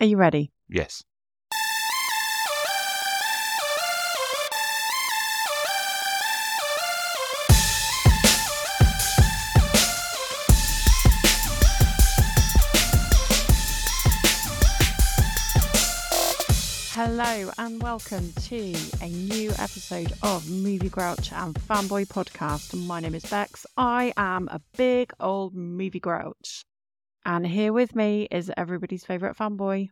Are you ready? Yes. Hello and welcome to a new episode of Movie Grouch and Fanboy Podcast. My name is Bex. I am a big old movie grouch. And here with me is everybody's favourite fanboy.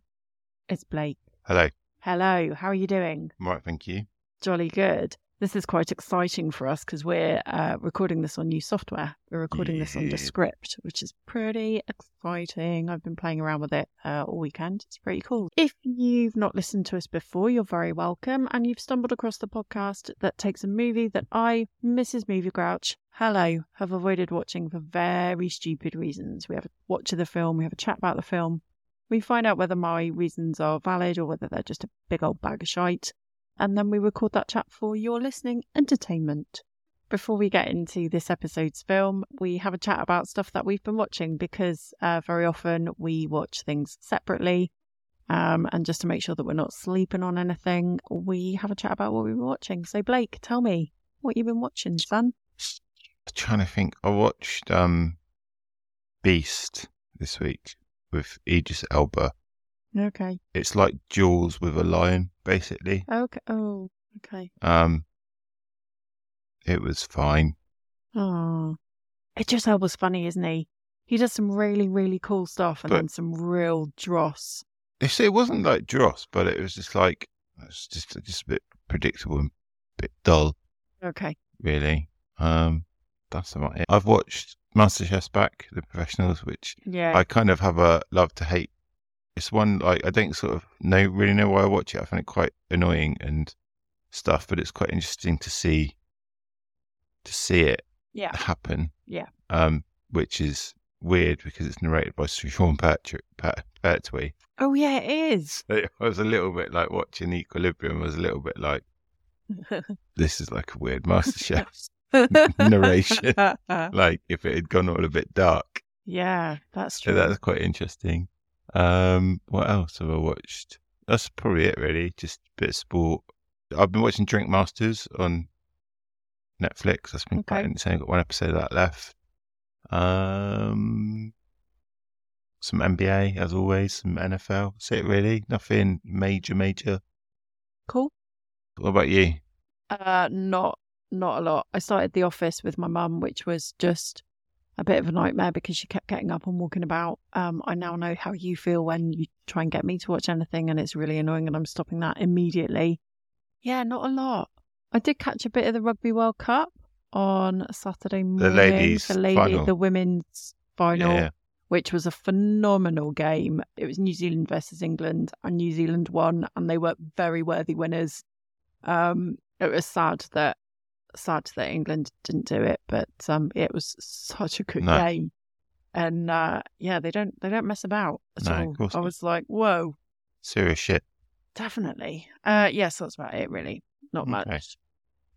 It's Blake. Hello. Hello, how are you doing? I'm right, thank you. Jolly good. This is quite exciting for us because we're uh, recording this on new software. We're recording this on Yeah. Descript, which is pretty exciting. I've been playing around with it uh, all weekend. It's pretty cool. If you've not listened to us before, you're very welcome. And you've stumbled across the podcast that takes a movie that I, Mrs. Movie Grouch, hello, have avoided watching for very stupid reasons. We have a watch of the film, we have a chat about the film. We find out whether my reasons are valid or whether they're just a big old bag of shite and then we record that chat for your listening entertainment. Before we get into this episode's film, we have a chat about stuff that we've been watching because uh, very often we watch things separately. Um, and just to make sure that we're not sleeping on anything, we have a chat about what we were watching. So, Blake, tell me what you've been watching, son. I'm trying to think. I watched um, Beast this week with Aegis Elba. Okay. It's like Jaws with a lion, basically. Okay. Oh, okay. Um, it was fine. Oh, it just was funny, isn't he? He does some really, really cool stuff and But- then some real dross. They say it wasn't like Dross, but it was just like it's just just a bit predictable and a bit dull, Okay. really. Um, that's about it. I've watched MasterChef's back, The Professionals, which Yeah. I kind of have a love to hate. It's one like I don't sort of know really know why I watch it. I find it quite annoying and stuff, but it's quite interesting to see to see it yeah. happen. Yeah. Um, which is weird because it's narrated by Sir Sean Patrick Pat, Pertwee. Oh yeah, it is. I was a little bit like watching Equilibrium. I was a little bit like this is like a weird MasterChef. Narration. like if it had gone all a bit dark. yeah, that's So true. that's quite interesting. Um, what else have I watched? That's probably it, really. Just a bit of sport. I've been watching Drink Masters on Netflix. That's been quite Okay. interesting. I've got one episode of that left. Um, some NBA, as always, some NFL. That's it, really. Nothing major, major. cool. What about you? Uh, not not a lot. I started the office with my mum, which was just a bit of a nightmare because she kept getting up and walking about. Um, I now know how you feel when you try and get me to watch anything, and it's really annoying, and I'm stopping that immediately. Yeah, not a lot. I did catch a bit of the Rugby World Cup on Saturday morning. ladies' the lady, final. the women's final. Yeah. which was a phenomenal game. It was New Zealand versus England, and New Zealand won, and they were very worthy winners. Um, it was sad that sad that England didn't do it, but um, it was such a good No. game, and uh, yeah, they don't they don't mess about at No, of all. course I not. was like, whoa, Serious shit. definitely. Uh, yes, that's about it, really. Not Okay. much.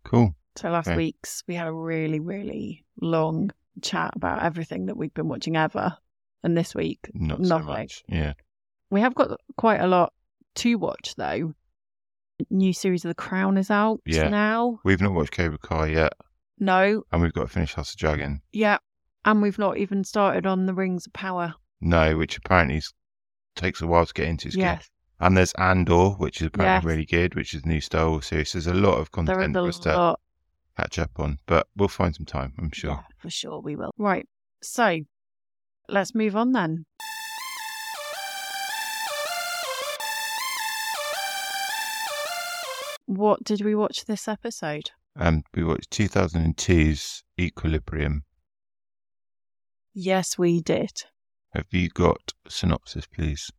Cool. So last Okay. week's we had a really really long chat about everything that we've been watching ever, and this week Not so Nothing. much. Yeah. We have got quite a lot to watch though. New series of The Crown is out Yeah. now. We've not watched Cobra Kai yet, No, and we've got to finish House of Dragon. yeah, and we've not even started on The Rings of Power. No, which apparently is, takes a while to get into. It's good. yes, And there's Andor, which is apparently Yes. really good, which is a new Star Wars series. There's a lot of there content is a for us to lot. catch up on, but we'll find some time, I'm sure. Yeah, for sure we will. Right, so let's move on then. What did we watch this episode? And Um, we watched 2002's Equilibrium. Yes, we did. Have you got a synopsis, please?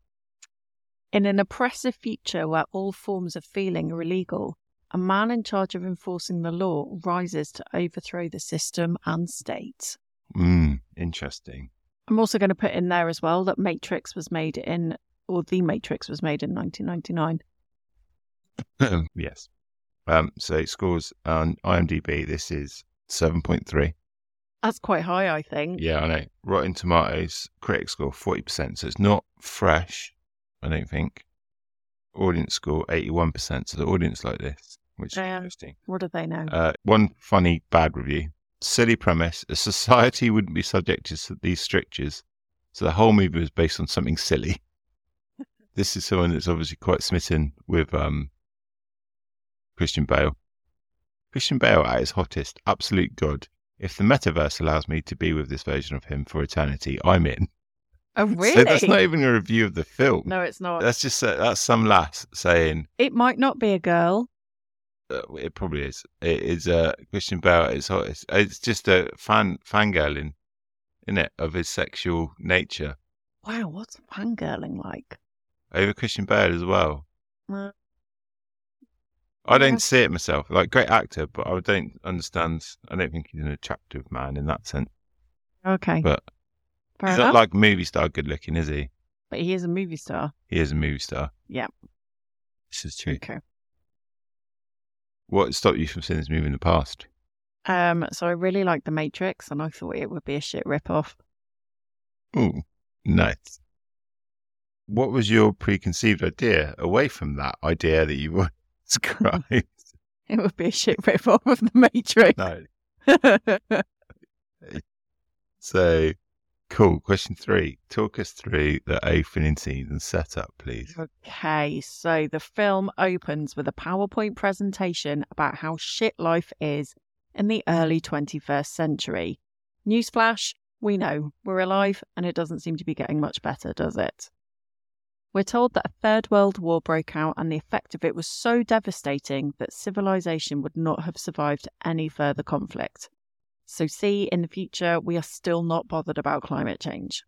In an oppressive future where all forms of feeling are illegal, a man in charge of enforcing the law rises to overthrow the system and state. Mm, interesting. I'm also going to put in there as well that Matrix was made in, or The Matrix was made in 1999. yes. Um, so it scores on IMDb. This is 7.3. That's quite high, I think. Yeah, I know. Rotten Tomatoes critic score 40%. So it's not fresh. I don't think. Audience score 81%. So the audience like this, which Yeah. is interesting. What do they know? Uh, one funny bad review. Silly premise. A society wouldn't be subject to s- these strictures. So the whole movie was based on something silly. this is someone that's obviously quite smitten with um, Christian Bale. Christian Bale at his hottest, absolute god. If the metaverse allows me to be with this version of him for eternity, I'm in. oh, So really? that's not even a review of the film. no, it's not. That's just uh, that's some lass saying It might not be a girl. uh, it probably is. It is uh, Christian Bale. It's hot. It's, uh, it's just a fan fangirling, in it, of his sexual nature Wow, what's fangirling like? over Christian Bale as well. Uh, I don't Yeah. see it myself. Like great actor, but I don't understand. I don't think he's an attractive man in that sense. Okay, But fair he's enough. not like movie star good looking, is he? but he is a movie star. He is a movie star. Yeah. this is true. Okay. What stopped you from seeing this movie in the past? Um, so I really like The Matrix, and I thought it would be a shit rip-off. Ooh, nice. What was your preconceived idea away from that idea that you described? It would be a shit rip-off of The Matrix. no. So, cool. Question three. Talk us through the opening scenes and setup, please. Okay, so the film opens with a PowerPoint presentation about how shit life is in the early 21st century. Newsflash, we know we're alive and it doesn't seem to be getting much better, does it? We're told that a third world war broke out and the effect of it was so devastating that civilization would not have survived any further conflict. So, see, in the future, we are still not bothered about climate change.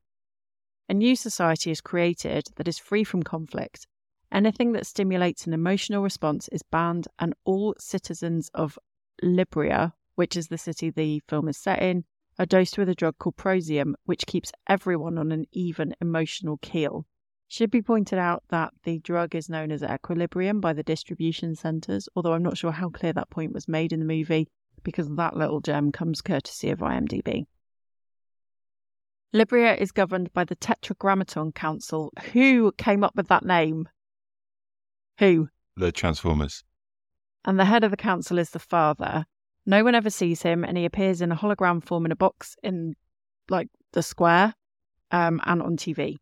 A new society is created that is free from conflict. Anything that stimulates an emotional response is banned, and all citizens of Libria, which is the city the film is set in, are dosed with a drug called prosium, which keeps everyone on an even emotional keel. Should be pointed out that the drug is known as equilibrium by the distribution centres, although I'm not sure how clear that point was made in the movie because that little gem comes courtesy of IMDb. Libria is governed by the Tetragrammaton Council. Who came up with that name? Who? The Transformers. And the head of the council is the father. No one ever sees him, and he appears in a hologram form in a box in, like, the square um, and on TV.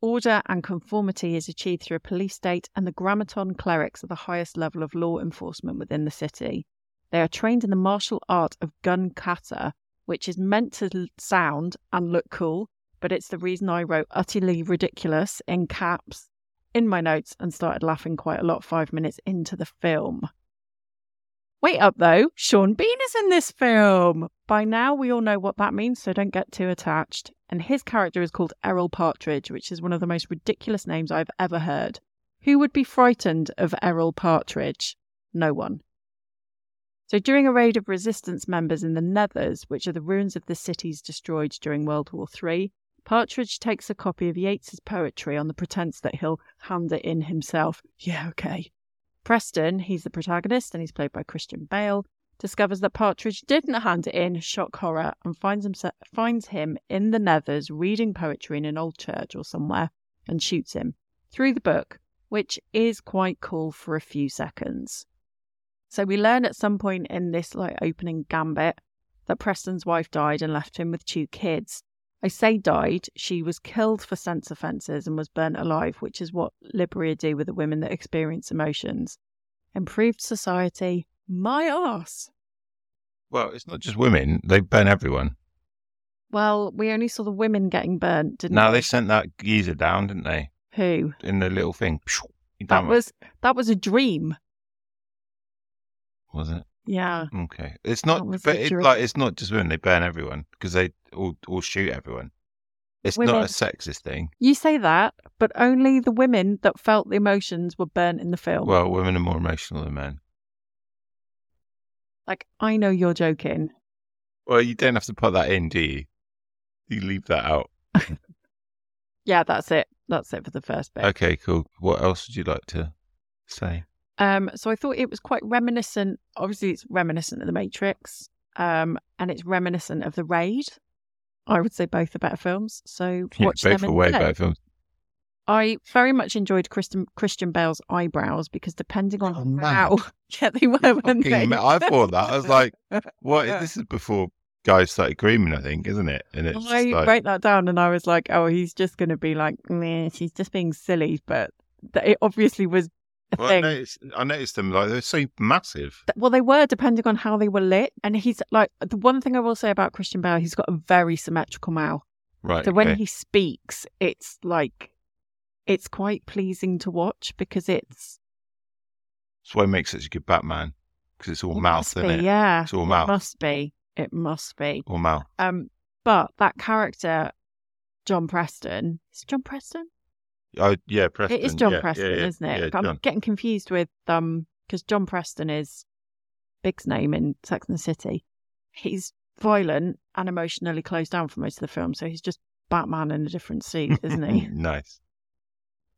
Order and conformity is achieved through a police state, and the Grammaton clerics are the highest level of law enforcement within the city. They are trained in the martial art of gun kata, which is meant to l- sound and look cool, but it's the reason I wrote utterly ridiculous in caps in my notes and started laughing quite a lot five minutes into the film. Wait up though, Sean Bean is in this film! By now, we all know what that means, so don't get too attached. And his character is called Errol Partridge, which is one of the most ridiculous names I've ever heard. Who would be frightened of Errol Partridge? No one. So, during a raid of resistance members in the Nethers, which are the ruins of the cities destroyed during World War III, Partridge takes a copy of Yeats's poetry on the pretense that he'll hand it in himself. Yeah, okay. Preston, he's the protagonist and he's played by Christian Bale, discovers that Partridge didn't hand it in, shock horror, and finds, himself, finds him in the Nethers reading poetry in an old church or somewhere and shoots him through the book, which is quite cool for a few seconds. So we learn at some point in this like opening gambit that Preston's wife died and left him with two kids. I say died, she was killed for sense offences and was burnt alive, which is what Liberia do with the women that experience emotions. Improved society, my arse. Well, it's not just women. They burn everyone. Well, we only saw the women getting burnt, didn't Now we? they sent that geezer down, didn't they? Who? In the little thing. Pshh, he That done it. was that was a dream. was it? Yeah. Okay. It's not, That was but the it, jur- like it's not just women. They burn everyone because they all, all shoot everyone. It's not Women. a sexist thing. You say that, but only the women that felt the emotions were burnt in the film. Well, women are more emotional than men. like I know you're joking. Well, you don't have to put that in, do you? You leave that out. Yeah, that's it. That's it for the first bit. Okay, cool. What else would you like to say? Um, so I thought it was quite reminiscent. Obviously, it's reminiscent of The Matrix, um, and it's reminiscent of The Raid. I would say both are better films. So Yeah, watch both them away, instead. both films. I very much enjoyed Christian, Christian Bale's eyebrows because depending on Oh, man. how yeah, they were when Fucking they. ma- I thought that. I was like, what? This is before guys started creaming, I think, isn't it? And it's I just like, wrote that down and I was like, oh, he's just going to be like, "Meh, she's just being silly. But th- it obviously was a well, I, thing. noticed, I noticed them like they're so massive. Th- Well, they were depending on how they were lit. And he's like, the one thing I will say about Christian Bale, he's got a very symmetrical mouth. Right. So when okay. he speaks, it's like, it's quite pleasing to watch because it's That's why he makes such a good Batman because it's all it mouth, must isn't be, it? Yeah, It's all mouth. must be. It must be. All mouth. Um, but that character, John Preston, is it John Preston? Oh, yeah, Preston. It is John yeah, yeah, Preston, yeah, isn't it? Yeah, I'm John. getting confused with um because John Preston is Big's name in Sex and the City. He's violent and emotionally closed down for most of the film, so he's just Batman in a different suit, isn't he? Mm, nice.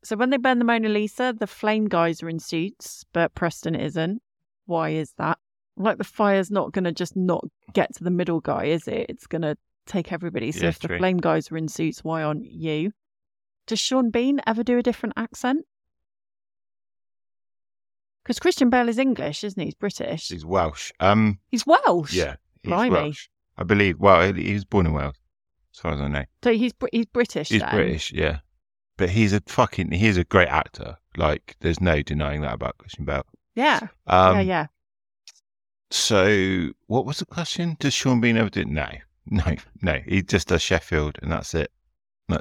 so when they burn the Mona Lisa, the flame guys are in suits, but Preston isn't. Why is that? Like the fire's not going to just not get to the middle guy, is it? It's going to take everybody. So Yeah, if the true. flame guys are in suits, why aren't you? Does Sean Bean ever do a different accent? Because Christian Bale is English, isn't he? He's British. He's Welsh. Um, He's Welsh. yeah, he's Blimey. Welsh. I believe. Well, he he was born in Wales, as far as I know. So he's Br- he's British. He's then. British, yeah. But he's a fucking. He's a great actor. Like, there's no denying that about Christian Bale. Yeah. Um, yeah. Yeah. So, what was the question? Does Sean Bean ever do it? No, no, no. He just does Sheffield, and that's it.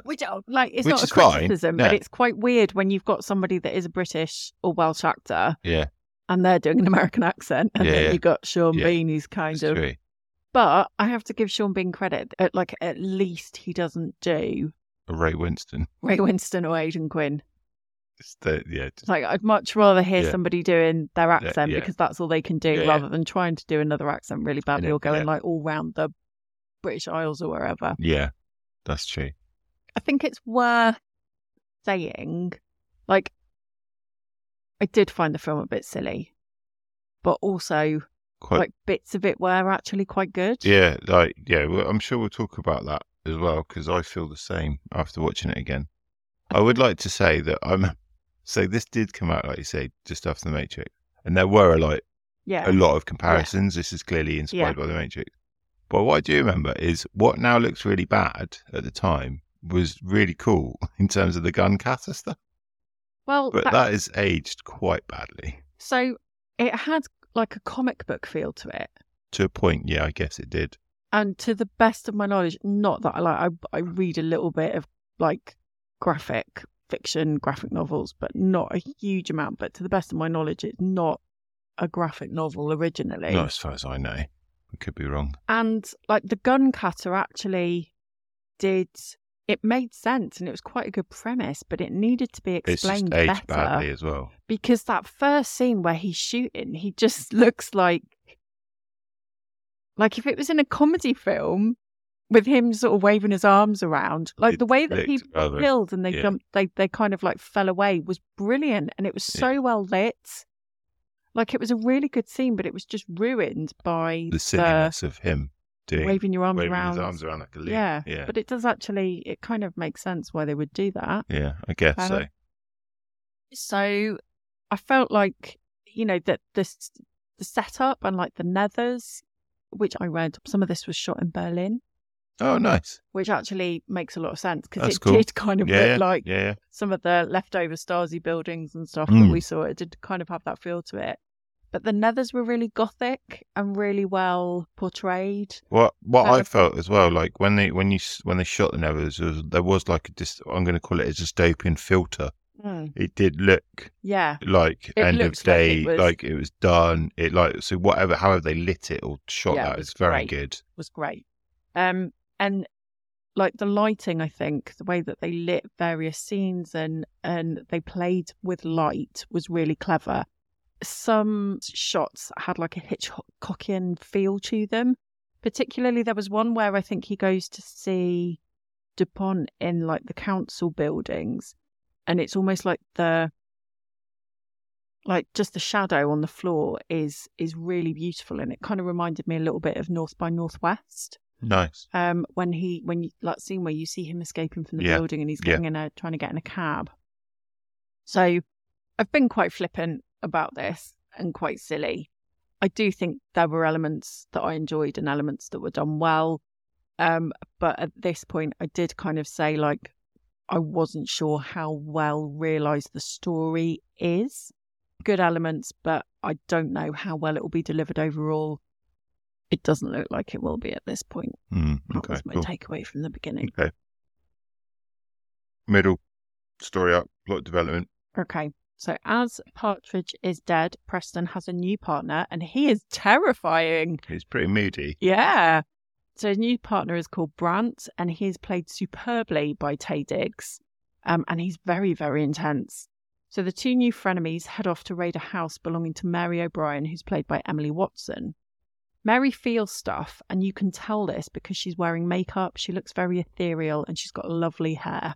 Which uh, like it's Which not a is fine, criticism, yeah. but it's quite weird when you've got somebody that is a British or Welsh actor, Yeah. and they're doing an American accent, and Yeah, then yeah. you got Sean Yeah. Bean who's kind That's of. true. But I have to give Sean Bean credit. At like at least he doesn't do A Ray Winston. Ray Winston or Aidan Quinn. Just the, yeah, It's just, Like I'd much rather hear Yeah. somebody doing their accent yeah. because that's all they can do, Yeah, yeah. rather than trying to do another accent really badly Yeah, or going yeah. like all round the British Isles or wherever. yeah. That's true. I think it's worth saying, like, I did find the film a bit silly, but also Quite. like bits of it were actually quite good. yeah, like yeah. Well, I'm sure we'll talk about that as well because I feel the same after watching it again. I would like to say that I'm. So this did come out, like you say, just after the Matrix, and there were like. yeah, a lot of comparisons. This is clearly inspired by The Matrix. But what I do remember is what now looks really bad at the time was really cool in terms of the gun cutter stuff. Well, But Oh, that- that is aged quite badly. so it had like a comic book feel to it, To a point, yeah, I guess it did. and to the best of my knowledge, not that I like I, I read a little bit of like graphic fiction, graphic novels, but not a huge amount. But to the best of my knowledge, it's not a graphic novel originally. Not as far as I know. I could be wrong. and like the gun cutter actually did it made sense and it was quite a good premise but it needed to be It's just explained aged better badly as well. because that first scene where he's shooting he just looks like like if it was in a comedy film with him sort of waving his arms around like It the way that looked he rather- killed and they yeah. jumped they they kind of like fell away was brilliant and it was Yeah. so well lit like it was a really good scene but it was just ruined by the silliness of him doing waving your arms waving around. his arms around like a leaf. Yeah, yeah, but it does actually. It kind of makes sense why they would do that. yeah. I guess Fair so. enough. So I felt like you know that this the setup and like the nethers, which I read some of this was shot in Berlin, Oh, nice. which actually makes a lot of sense because That's it cool. did kind of Yeah, yeah, look like yeah, yeah. some of the leftover Stasi buildings and stuff Mm. that we saw. It did kind of have that feel to it. But the nethers were really gothic and really well portrayed. What what Kind I of- felt as well, like when they when you s- when they shot the Nevers, there was, there was like a dis, I'm going to call it a dystopian filter. It did look Yeah, like It end of looks like it day, like it, was- was done. It like so whatever, however they lit it or shot Yeah, it that was was very great. good. was great. Um, and like the lighting, I think the way that they lit various scenes and and they played with light was really clever. Some shots had like a Hitchcockian feel to them. Particularly, there was one where I think he goes to see Dupont in like the council buildings, and it's almost like the like just the shadow on the floor is is really beautiful, and it kind of reminded me a little bit of North by Northwest Nice. um, when he when you, that scene where you see him escaping from the Yeah. building and he's Yeah. getting in a trying to get in a cab. So I've been quite flippant about this and quite silly. I do think there were elements that I enjoyed and elements that were done well. Um, but at this point, I did kind of say, like, I wasn't sure how well realised the story is. Good elements, but I don't know how well it will be delivered overall. It doesn't look like it will be at this point. Mm, That okay, was my cool. takeaway from the beginning. Okay. Middle story up, plot development. Okay. So as Partridge is dead, Preston has a new partner and he is terrifying. It's pretty moody. Yeah. So his new partner is called Brant and he is played superbly by Tay Diggs. Um, and he's very, very intense. So the two new frenemies head off to raid a house belonging to Mary O'Brien, who's played by Emily Watson. Mary feels stuff, and you can tell this because she's wearing makeup, she looks very ethereal, and she's got lovely hair.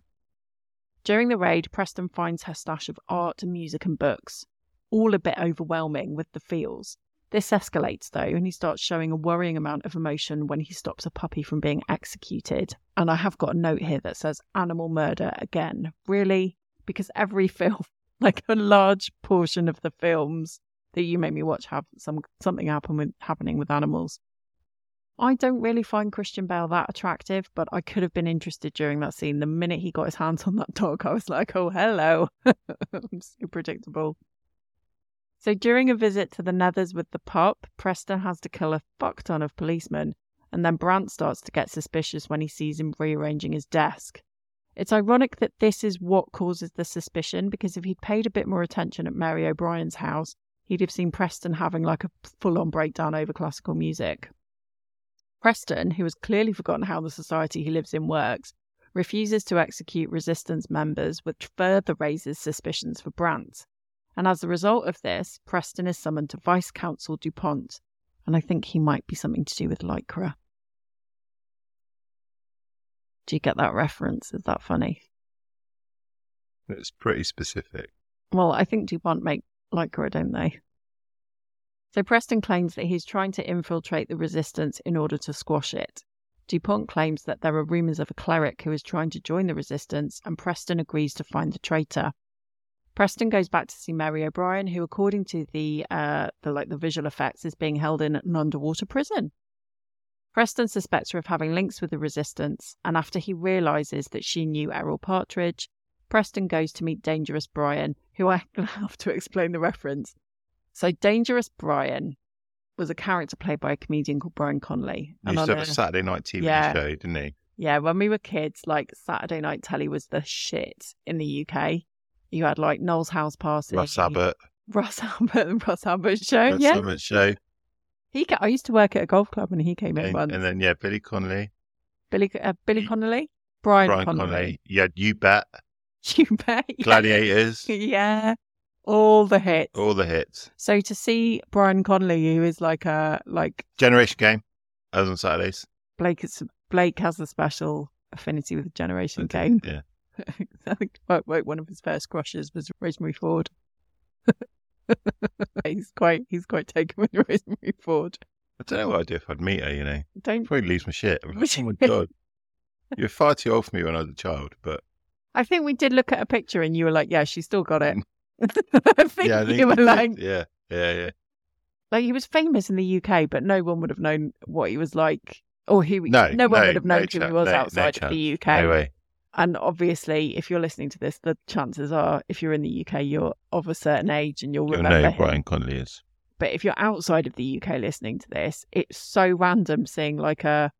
During the raid, Preston finds her stash of art, music, and books, all a bit overwhelming with the feels. This escalates though, and he starts showing a worrying amount of emotion when he stops a puppy from being executed. And I have got a note here that says animal murder again. Really? Because every film, like a large portion of the films that you made me watch, have some something happen with, happening with animals. I don't really find Christian Bale that attractive, but I could have been interested during that scene. The minute he got his hands on that dog, I was like, oh, hello. I'm so predictable. So during a visit to the Nethers with the pup, Preston has to kill a fuck ton of policemen, and then Brant starts to get suspicious when he sees him rearranging his desk. It's ironic that this is what causes the suspicion because if he'd paid a bit more attention at Mary O'Brien's house, he'd have seen Preston having like a full on breakdown over classical music. Preston, who has clearly forgotten how the society he lives in works, refuses to execute resistance members, which further raises suspicions for Brant. And as a result of this, Preston is summoned to Vice Consul DuPont, and I think he might be something to do with Lycra. Do you get that reference? Is that funny? It's pretty specific. Well, I think DuPont make Lycra, don't they? So Preston claims that he's trying to infiltrate the resistance in order to squash it. DuPont claims that there are rumours of a cleric who is trying to join the resistance, and Preston agrees to find the traitor. Preston goes back to see Mary O'Brien, who, according to the, uh, the like the visual effects, is being held in an underwater prison. Preston suspects her of having links with the resistance, and after he realises that she knew Errol Partridge, Preston goes to meet Dangerous Brian, who I have to explain the reference. So, Dangerous Brian was a character played by a comedian called Brian Conley. He and used to on have a a- Saturday night TV Yeah. show, didn't he? yeah, when we were kids, like Saturday night telly was the shit in the UK. You had like Noel's House Party, Russ Abbott. Russ Albert, the Russ Albert show. Russ Oh, yeah, Abbott show. he. Ca- I used to work at a golf club, and he came in And, once. and then, yeah, Billy Connolly, Billy, uh, Billy Connolly, Brian, Brian Connolly. Connolly. You had You Bet, You bet. Gladiators, yeah, all the hits. all the hits. So to see Brian Connolly, who is like a like Generation Game, as on Saturdays. Blake, is, Blake has a special affinity with the Generation Okay, Game. Yeah. I think quite- quite one of his first crushes was Rosemary Ford. he's quite he's quite taken with Rosemary Ford. I don't know what I'd do if I'd meet her, you know. Don't probably lose my shit. I'm like, oh my God. You're far too old for me when I was a child, but I think we did look at a picture and you were like, yeah, she's still got it. I think Mm. yeah, I think you were I did. like, yeah, yeah, yeah. like he was famous in the UK, but no one would have known what he was like, or who. No, no one no, would have known no who he chan- was no- no outside of the UK. No way. And obviously, if you're listening to this, the chances are, if you're in the UK, you're of a certain age and you'll You'll remember know him. Brian Connolly is. But if you're outside of the UK listening to this, it's so random seeing like a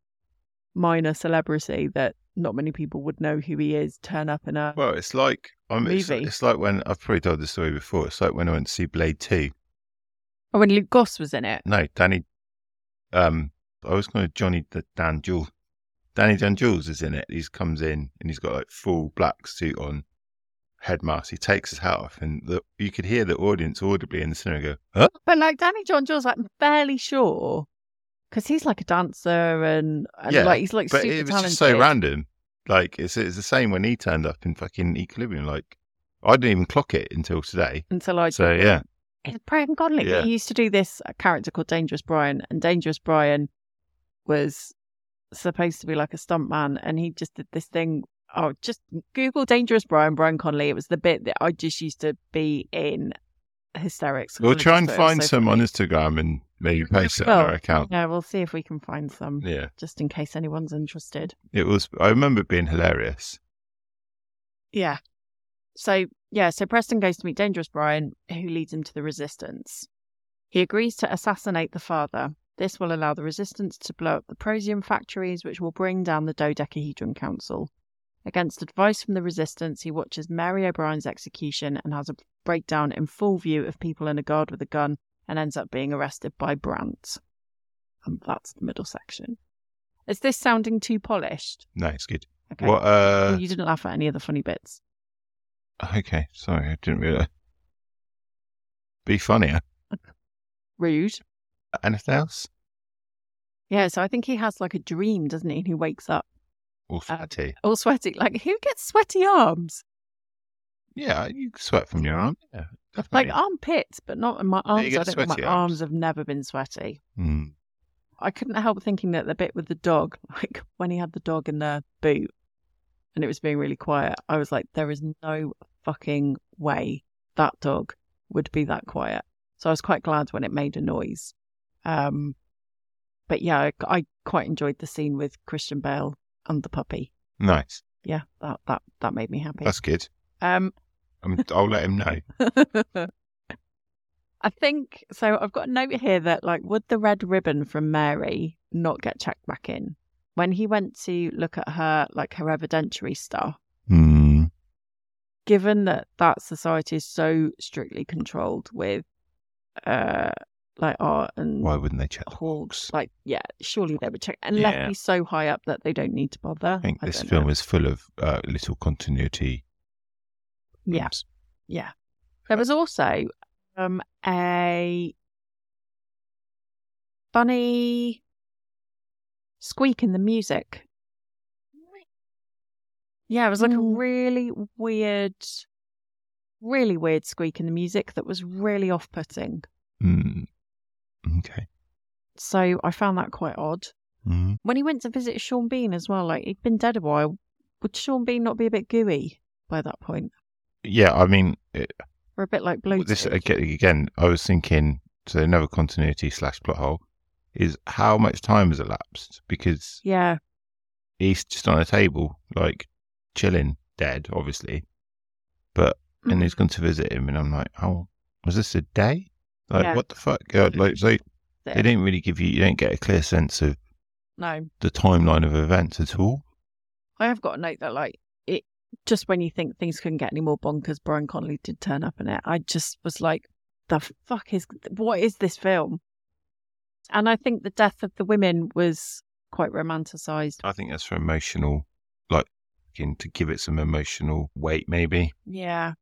minor celebrity that not many people would know who he is turn up in a. Well, it's like I'm. It's, Movie. it's like when I've probably told this story before. It's like when I went to see Blade Two. Oh, when Luke Goss was in it. No, Danny. Um, I was going to Johnny D- Dan Jules. Danny Dan Jules is in it. He comes in and he's got like full black suit on, head mask. He takes his hat off, and the, you could hear the audience audibly in the cinema go, "Huh." But like Danny John Jules, like, I'm fairly sure. Because he's like a dancer and, and Yeah, like he's like but super it was talented. just so random. Like it's it's the same when he turned up in fucking Equilibrium. Like I didn't even clock it until today. Until I So yeah, It's Brian Godley. Yeah. He used to do this uh, character called Dangerous Brian, and Dangerous Brian was supposed to be like a stuntman, and he just did this thing oh, just Google Dangerous Brian, Brian Connolly. It was the bit that I just used to be in hysterics. We'll Well, try and find so some on funny. Instagram and maybe post it on Well, our account. Yeah, we'll see if we can find some Yeah, just in case anyone's interested. it was. I remember it being hilarious. Yeah. So, yeah, so Preston goes to meet Dangerous Brian, who leads him to the resistance. He agrees to assassinate the father. This will allow the resistance to blow up the prosium factories, which will bring down the Dodecahedron Council. Against advice from the resistance, he watches Mary O'Brien's execution and has a breakdown in full view of people and a guard with a gun and ends up being arrested by Brandt. And that's the middle section. Is this sounding too polished? No, it's good. Okay. What? Uh, you didn't laugh at any of the funny bits. okay, sorry, I didn't realize. Be funnier. Rude. Anything else? Yeah, so I think he has like a dream, doesn't he? And he wakes up Uh, Or fatty? all sweaty. Like, who gets sweaty arms? yeah, you sweat from your arm. Yeah, Like uh definitely. armpits, but not in my arms. get I don't think my sweaty arms. arms have never been sweaty. Hmm. I couldn't help thinking that the bit with the dog, like when he had the dog in the boot and it was being really quiet, I was like, there is no fucking way that dog would be that quiet. So I was quite glad when it made a noise. Um, but yeah, I, I quite enjoyed the scene with Christian Bale and the puppy. Nice. yeah, that that that made me happy. That's good. Um, Um, I'll let him know. I think so. I've got a note here that like, would the red ribbon from Mary not get checked back in when he went to look at her like her evidentiary stuff? Hmm. Given that that society is so strictly controlled with, uh, like art and Why wouldn't they check the halls, box? like yeah, surely they would check unless Yeah. he's so high up that they don't need to bother. I think this don't film know. is full of uh, little continuity. Yeah. bumps. Yeah. There was also um, a funny squeak in the music. Yeah, it was like a Mm. really weird, really weird squeak in the music that was really off putting. Hmm. Okay. So I found that quite odd. Hmm. When he went to visit Sean Bean as well, like he'd been dead a while, would Sean Bean not be a bit gooey by that point? Yeah, I mean, it, Or a bit like bloated? this aga- again. I was thinking. So another continuity slash plot hole is how much time has elapsed because yeah. he's just on a table, like chilling, dead, obviously. But and Mm-hmm. he's gone to visit him, and I'm like, oh, was this a day? Like, Yeah. what the fuck? Yeah, like, so That's they it. didn't really give you. You don't get a clear sense of No. the timeline of events at all. I have got a note that like it just when you think things couldn't get any more bonkers, Brian Connolly did turn up in it. I just was like, the fuck is what is this film? And I think the death of the women was quite romanticized. I think that's for emotional, like, again, to give it some emotional weight, maybe. Yeah.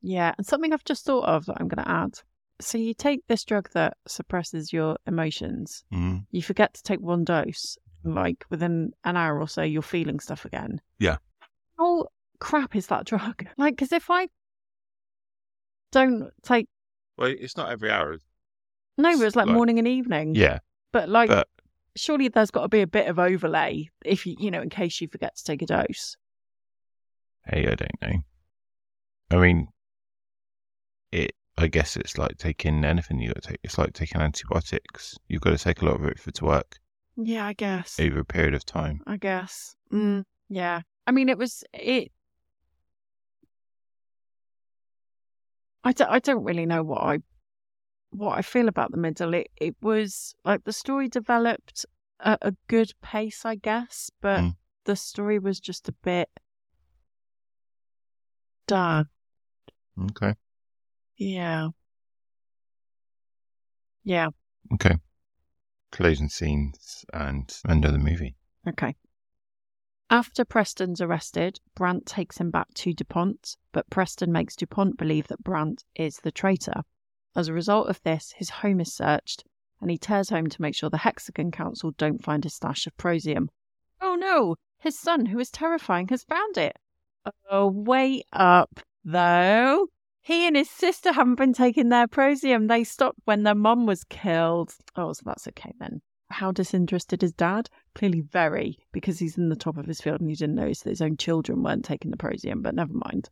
Yeah. And something I've just thought of that I'm gonna add. So you take this drug that suppresses your emotions. Mm. You forget to take one dose, and, like within an hour or so, you're feeling stuff again. Yeah. How crap is that drug? Like, because if I don't take, Well, it's not every hour. no, it's like, Like- morning and evening. Yeah, But like, but- surely there's got to be a bit of overlay if you, you know, in case you forget to take a dose. hey, I don't know. I mean, it. I guess it's like taking anything you got to take. It's like taking antibiotics. You've got to take a lot of it for it to work Yeah, I guess. over a period of time. I guess. Mm, yeah. I mean, it was it. I don't, I don't really know what I what I feel about the middle. It it was like the story developed at a good pace, I guess, but Mm. the story was just a bit done. Okay. Yeah. Yeah. Okay. Closing scenes and end of the movie. Okay. After Preston's arrested, Brandt takes him back to DuPont, but Preston makes DuPont believe that Brandt is the traitor. As a result of this, his home is searched, and he tears home to make sure the Hexagon Council don't find his stash of prosium. Oh no! His son, who is terrifying, has found it! Oh, wait up, though. He and his sister haven't been taking their prosium. They stopped when their mum was killed. Oh, so that's okay then. How disinterested is dad? Clearly, very, because he's in the top of his field and he didn't notice that his own children weren't taking the prosium, but never mind.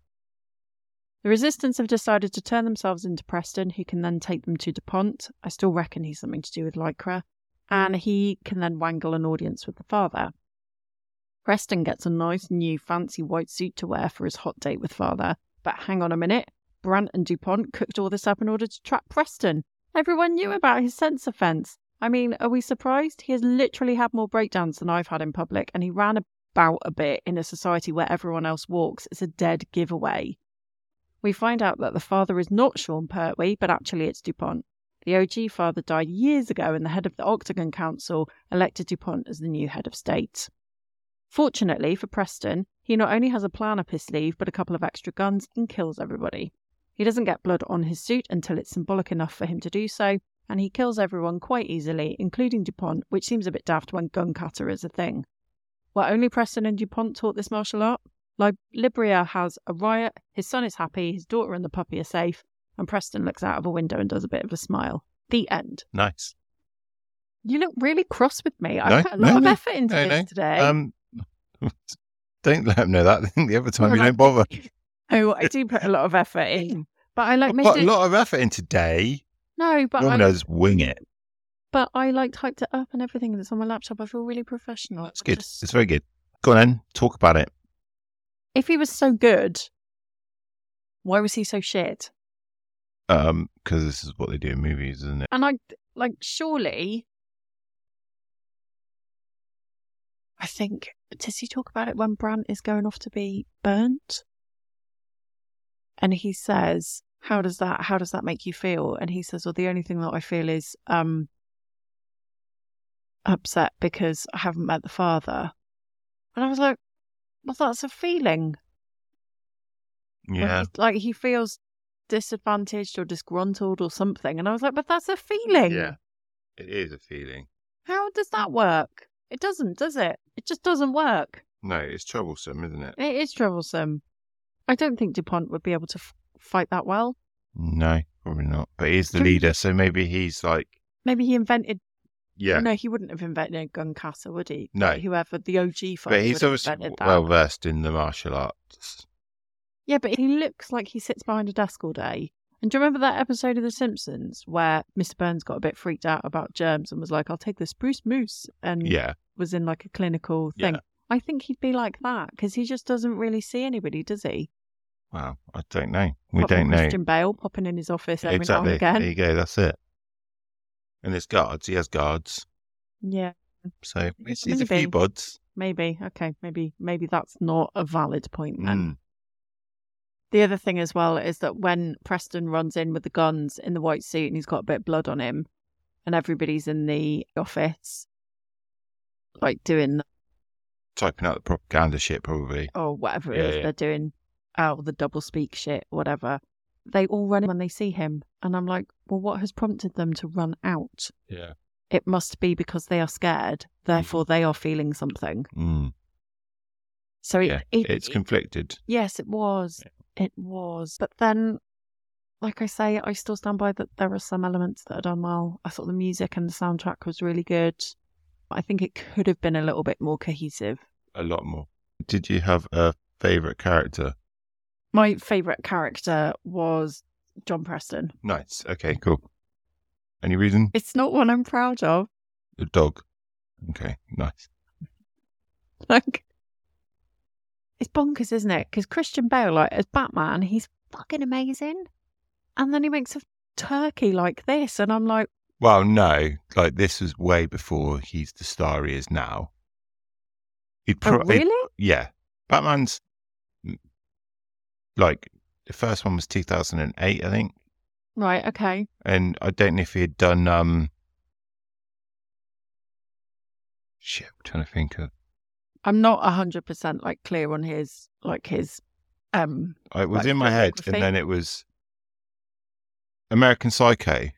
The resistance have decided to turn themselves into Preston, who can then take them to DuPont. I still reckon he's something to do with Lycra. And he can then wangle an audience with the father. Preston gets a nice new fancy white suit to wear for his hot date with father. But hang on a minute. Brant and DuPont cooked all this up in order to trap Preston. Everyone knew about his sense offence. I mean, are we surprised? He has literally had more breakdowns than I've had in public, and he ran about a bit in a society where everyone else walks. It's a dead giveaway. We find out that the father is not Sean Pertwee, but actually it's DuPont. The OG father died years ago, and the head of the Octagon Council elected DuPont as the new head of state. Fortunately for Preston, he not only has a plan up his sleeve, but a couple of extra guns and kills everybody. He doesn't get blood on his suit until it's symbolic enough for him to do so, and he kills everyone quite easily, including DuPont, which seems a bit daft when gun cutter is a thing. Were only Preston and DuPont taught this martial art? Lib- Libria has a riot, his son is happy, his daughter and the puppy are safe, and Preston looks out of a window and does a bit of a smile. The end. Nice. You look really cross with me. I No, put a no, lot of no, effort into no, this no. today. Um, don't let him know that. I think the other time You're you don't bother. oh, I do put a lot of effort in. But I I like put made a it. lot of effort in today. No, but You're I, gonna just wing it. but I like typed it up and everything that's on my laptop. I feel really professional. That's I good. just- It's very good. Go on then. Talk about it. if he was so good, why was he so shit? Um, because this is what they do in movies, isn't it? And I like surely. I think does he talk about it when Brant is going off to be burnt? And he says, "How does that? How does that make you feel?" And he says, "Well, the only thing that I feel is um upset because I haven't met the father." And I was like, "Well, that's a feeling." Like, Yeah. he- Like he feels disadvantaged or disgruntled or something. And I was like, but that's a feeling. Yeah. It is a feeling. How does that work? It doesn't, does it? It just doesn't work. No, it's troublesome, isn't it? It is troublesome. I don't think DuPont would be able to f- fight that well. No, probably not. But he's the Can we- leader, so maybe he's like, Maybe he invented. yeah. No, he wouldn't have invented a gun cutter, would he? No. Like, Whoever the OG father but he's would have obviously invented that. well versed in the martial arts. Yeah, but he looks like he sits behind a desk all day. And do you remember that episode of The Simpsons where Mr. Burns got a bit freaked out about germs and was like, "I'll take the spruce moose," and Yeah. was in like a clinical Yeah. thing. I think he'd be like that because he just doesn't really see anybody, does he? Well, I don't know. We Apart from don't know. Christian Bale popping in his office every exactly. now and There again. you go. That's it. And there's guards. He has guards. Yeah, So he's, it's he's a few maybe. buds. maybe. Okay, maybe maybe that's not a valid point then. Mm. The other thing as well is that when Preston runs in with the guns in the white suit and he's got a bit of blood on him, and everybody's in the office, like doing Typing out the propaganda shit, probably. or whatever it Yeah, is yeah. they're doing, oh the double speak shit, whatever. They all run in when they see him, and I'm like, well, what has prompted them to run out? Yeah. It must be because they are scared, therefore they are feeling something. Mm. So it, Yeah. it- It's it- conflicted. Yes, it was. It was. But then, like I say, I still stand by that there are some elements that are done well. I thought the music and the soundtrack was really good. I think it could have been a little bit more cohesive. a lot more. Did you have a favourite character? My favourite character was John Preston. Nice. Okay, cool. Any reason? It's not one I'm proud of. The dog. Okay, nice. Like, it's bonkers, isn't it? Because Christian Bale, like, as Batman, he's fucking amazing. And then he makes a turkey like this. And I'm like, Well, no, like this was way before he's the star he is now. He'd oh, pro- he'd- really? yeah. Batman's like the first one was 2008, I think. Right, okay. and I don't know if he had done um shit, I'm trying to think of I'm not hundred percent like clear on his like his um I it was Like in my head filmography? and then it was American Psycho.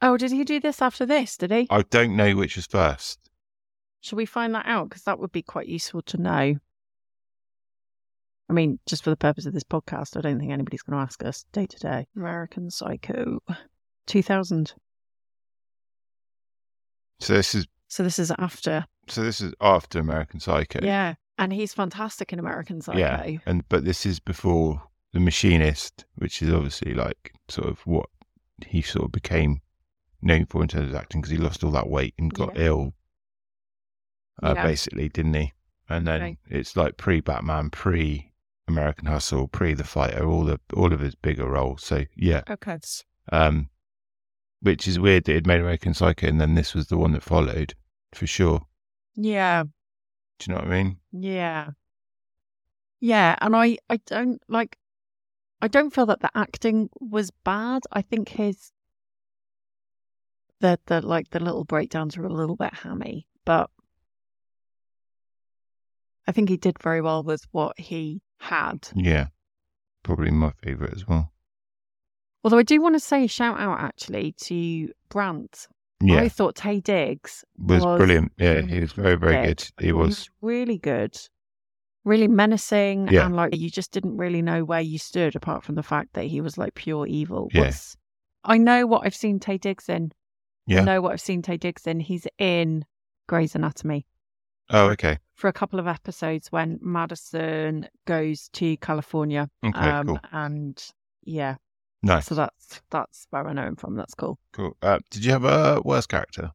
Oh, did he do this after this, did he? I don't know which was first. Should we find that out? Because that would be quite useful to know. I mean, just for the purpose of this podcast, I don't think anybody's gonna ask us day to day. American Psycho two thousand. So this is So this is after. so this is after American Psycho. Yeah. And he's fantastic in American Psycho. Yeah. And but this is before The Machinist, which is obviously like sort of what he sort of became known for in terms of acting because he lost all that weight and got ill, uh, Yeah. basically, didn't he? And then Right. it's like pre Batman, pre American Hustle, pre The Fighter, all the all of his bigger roles. So yeah, Okay. um, which is weird that it made American Psycho, and then this was the one that followed for sure. Yeah. Do you know what I mean? Yeah. Yeah, and I I don't like I don't feel that the acting was bad. I think his the the like the little breakdowns were a little bit hammy, but I think he did very well with what he had. Yeah, probably my favorite as well. Although I do want to say a shout out actually to Brandt. Yeah, I thought Tay Diggs was, was Mm-hmm. brilliant. Yeah, he was very, very dead. good. He was. really good, really menacing, Yeah. and like you just didn't really know where you stood apart from the fact that he was like pure evil. Yeah. What's- I know what I've seen Tay Diggs in. Yeah. I know what I've seen Tay Diggs in. He's in Grey's Anatomy Oh, okay. for a couple of episodes when Madison goes to California. Okay, cool. And yeah, Nice. Um, so that's that's where I know him from. That's cool. Cool. Uh, did you have a worst character?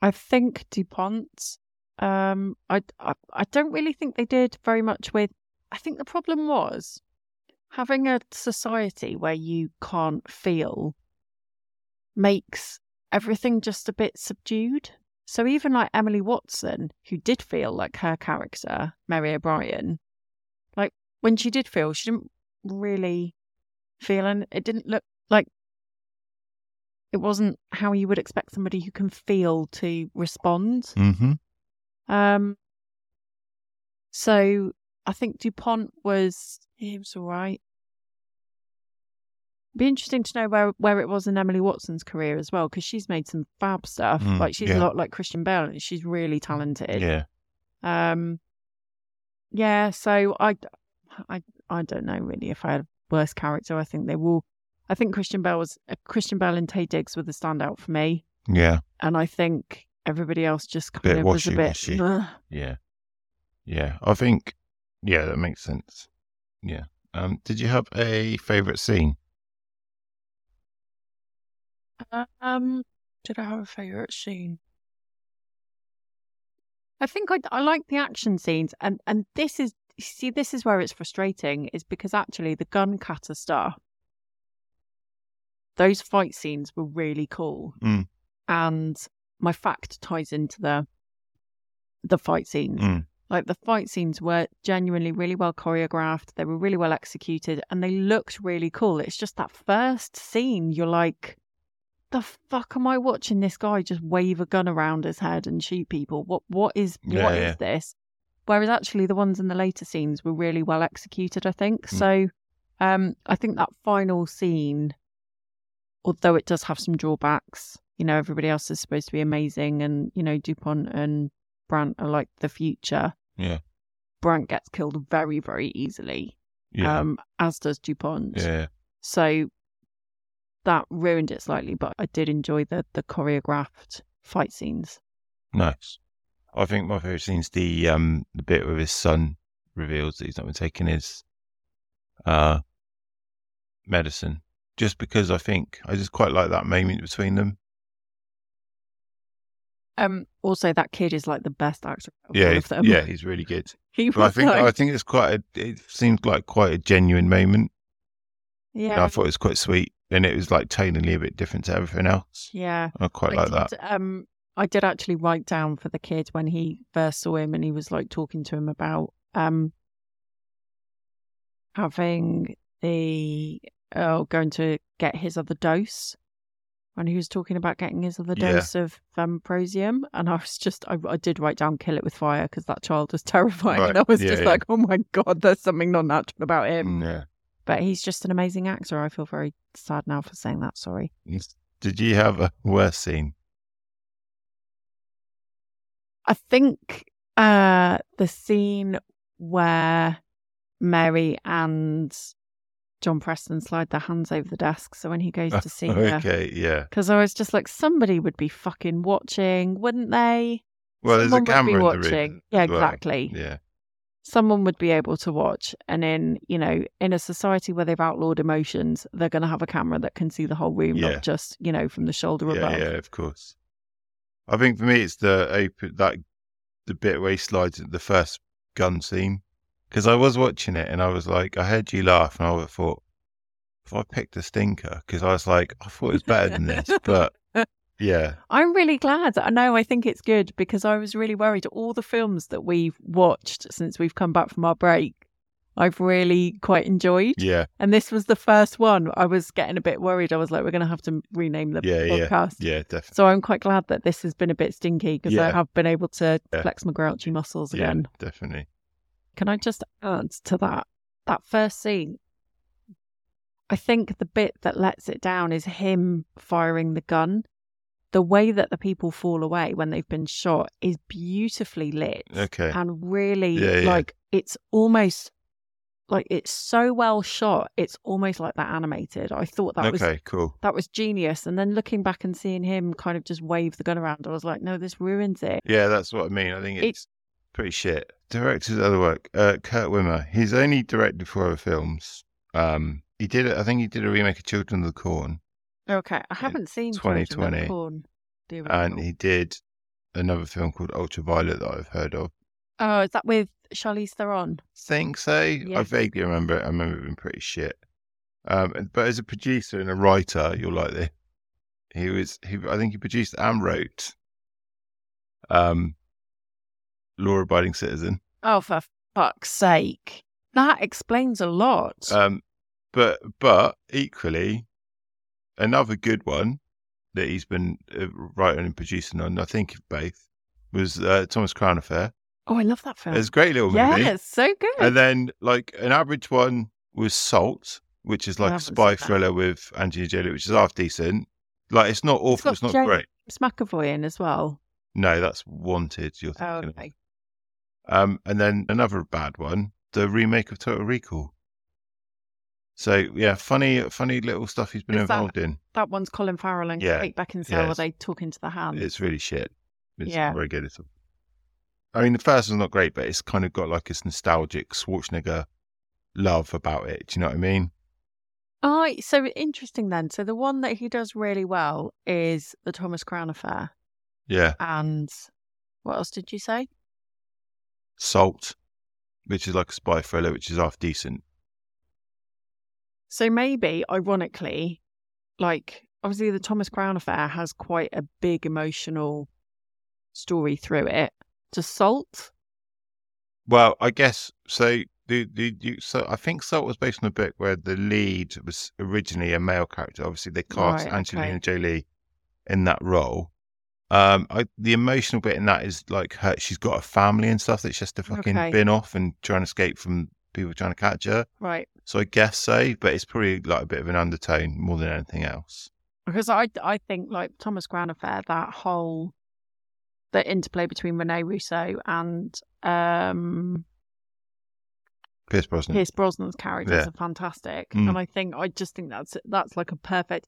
I think DuPont. Um, I, I I don't really think they did very much with. I think the problem was having a society where you can't feel makes everything just a bit subdued. So even like Emily Watson, who did feel like her character Mary O'Brien, like when she did feel, she didn't really feel, and it didn't look like it wasn't how you would expect somebody who can feel to respond. Mm-hmm. Um, so I think Dupont was he was all right. Be interesting to know where where it was in Emily Watson's career as well, because she's made some fab stuff. Mm, like she's yeah. a lot like Christian Bale, and she's really talented. Yeah. Um, yeah. So I, I, I don't know really if I had worst character. I think they will. I think Christian Bale was uh, Christian Bale and Tay Diggs were the standout for me, Yeah. and I think everybody else just kind Bit of was a bit. washy-washy. "Ugh." Yeah. Yeah. I think. Yeah, that makes sense. Yeah. Um, did you have a favorite scene? Um, did I have a favorite scene? I think I I like the action scenes, and and this is see this is where it's frustrating is because actually the gun cutter stuff, those fight scenes were really cool, Mm. and my fact ties into the the fight scenes. Mm. Like the fight scenes were genuinely really well choreographed, they were really well executed, and they looked really cool. It's just that first scene, you're like, the fuck am I watching this guy just wave a gun around his head and shoot people? What what is Yeah, what is yeah. this? Whereas actually the ones in the later scenes were really well executed, I think. Hmm. So um I think that final scene, although it does have some drawbacks, you know, everybody else is supposed to be amazing and, you know, DuPont and Brant are like the future. Yeah. Brant gets killed very, very easily. Yeah. Um, as does DuPont. yeah. So that ruined it slightly, but I did enjoy the the choreographed fight scenes. Nice. I think my favorite scene's the um the bit where his son reveals that he's not been taking his uh medicine. Just because I think I just quite like that moment between them. Um, also that kid is like the best actor. Of Yeah, all he's- of them. yeah, he's really good. he was But I think like, I think it's quite a, it seems like quite a genuine moment. And yeah, I thought it was quite sweet, and it was like tonally a bit different to everything else. yeah. I quite like that. did, Um, I did actually write down for the kid when he first saw him, and he was like talking to him about um having the oh going to get his other dose. And he was talking about getting his other Yeah. dose of femprosium, and I was just, I, I did write down "kill it with fire" because that child was terrifying, Right, and I was yeah, Mm. just yeah. like, "Oh my god, there's something not natural about him." Yeah. But he's just an amazing actor. I feel very sad now for saying that. Sorry. Did you have a worse scene? I think uh the scene where Mary and John Preston slide their hands over the desk. So when he goes to see her, Oh, Okay, yeah. because I was just like, somebody would be fucking watching, wouldn't they? Well, there's a Someone would be camera in the watching. room. yeah, as well. exactly. Yeah, Someone would be able to watch, and in you know, in a society where they've outlawed emotions, they're going to have a camera that can see the whole room, Yeah. not just you know from the shoulder yeah, above. yeah. Of course. I think for me, it's the open that the bit where he slides at the first gun scene because I was watching it and I was like, I heard you laugh and I thought, if I picked a stinker, because I was like, I thought it was better than this, but yeah, I'm really glad. I know. I think it's good because I was really worried. All the films that we've watched since we've come back from our break, I've really quite enjoyed. yeah, And this was the first one. I was getting a bit worried. I was like, we're going to have to rename the Yeah, yeah, podcast. yeah, definitely. So I'm quite glad that this has been a bit stinky because I Yeah. have been able to Yeah. flex my grouchy muscles Yeah, again. definitely. Can I just add to that? That first scene, I think the bit that lets it down is him firing the gun. The way that the people fall away when they've been shot is beautifully lit Okay. and really Yeah, yeah. like it's almost like it's so well shot. It's almost like that animated. I thought that was okay, cool. that was genius. And then looking back and seeing him kind of just wave the gun around, I was like, no, this ruins it. Yeah, that's what I mean. I think It- it's pretty shit. Director's other work, uh, Kurt Wimmer. He's only directed four other films. Um, he did, I think he did a remake of Children of the Corn, Okay, I haven't seen Children of the 2020. Corn, the and original. he did another film called Ultraviolet that I've heard of. Oh, is that with Charlize Theron? Think so? I Yeah. vaguely remember it. I remember it being pretty shit. Um, and- but as a producer and a writer, you'll like this. He was, he, I think he produced and wrote, um, Law Abiding Citizen. Oh, for fuck's sake. That explains a lot. Um, but but equally, another good one that he's been uh, writing and producing on, I think both, was uh, Thomas Crown Affair. oh, I love that film. It's a great little yeah, movie. it's so good. And then like an average one was Salt, which is I like a haven't seen spy that. thriller with Angelina Jolie, which is half decent. Like it's not awful. got It's, not Jane- great. It's McAvoy in as well. No, that's Wanted. You're Oh, thinking. of. okay. Um, and then another bad one, the remake of Total Recall. So yeah, funny, funny little stuff he's been Is that- involved in. That one's Colin Farrell and Yeah, Kate Beckinsale yeah, where it's- they talk into the hand. It's really shit. It's Yeah. not very good at all. I mean, the first one's not great, but it's kind of got like this nostalgic Schwarzenegger love about it. Do you know what I mean? Oh, so interesting then. So the one that he does really well is the Thomas Crown Affair. Yeah. And what else did you say? Salt, which is like a spy thriller, which is half decent. So maybe, ironically, like obviously the Thomas Crown Affair has quite a big emotional story through it. To Salt, Well, I guess so. The, the, you so I think Salt was based on a book where the lead was originally a male character. Obviously, they cast Right, Angelina Jolie in that role. Um, I, the emotional bit in that is like her. She's got a family and stuff that she has to fucking Okay. bin off and try and escape from people trying to catch her. right? So I guess so, but it's probably like a bit of an undertone more than anything else. Because I, I think like Thomas Crown Affair, that whole the interplay between Rene Russo and um, Pierce Brosnan. Pierce Brosnan's characters Yeah. are fantastic, Mm. and I think I just think that's that's like a perfect.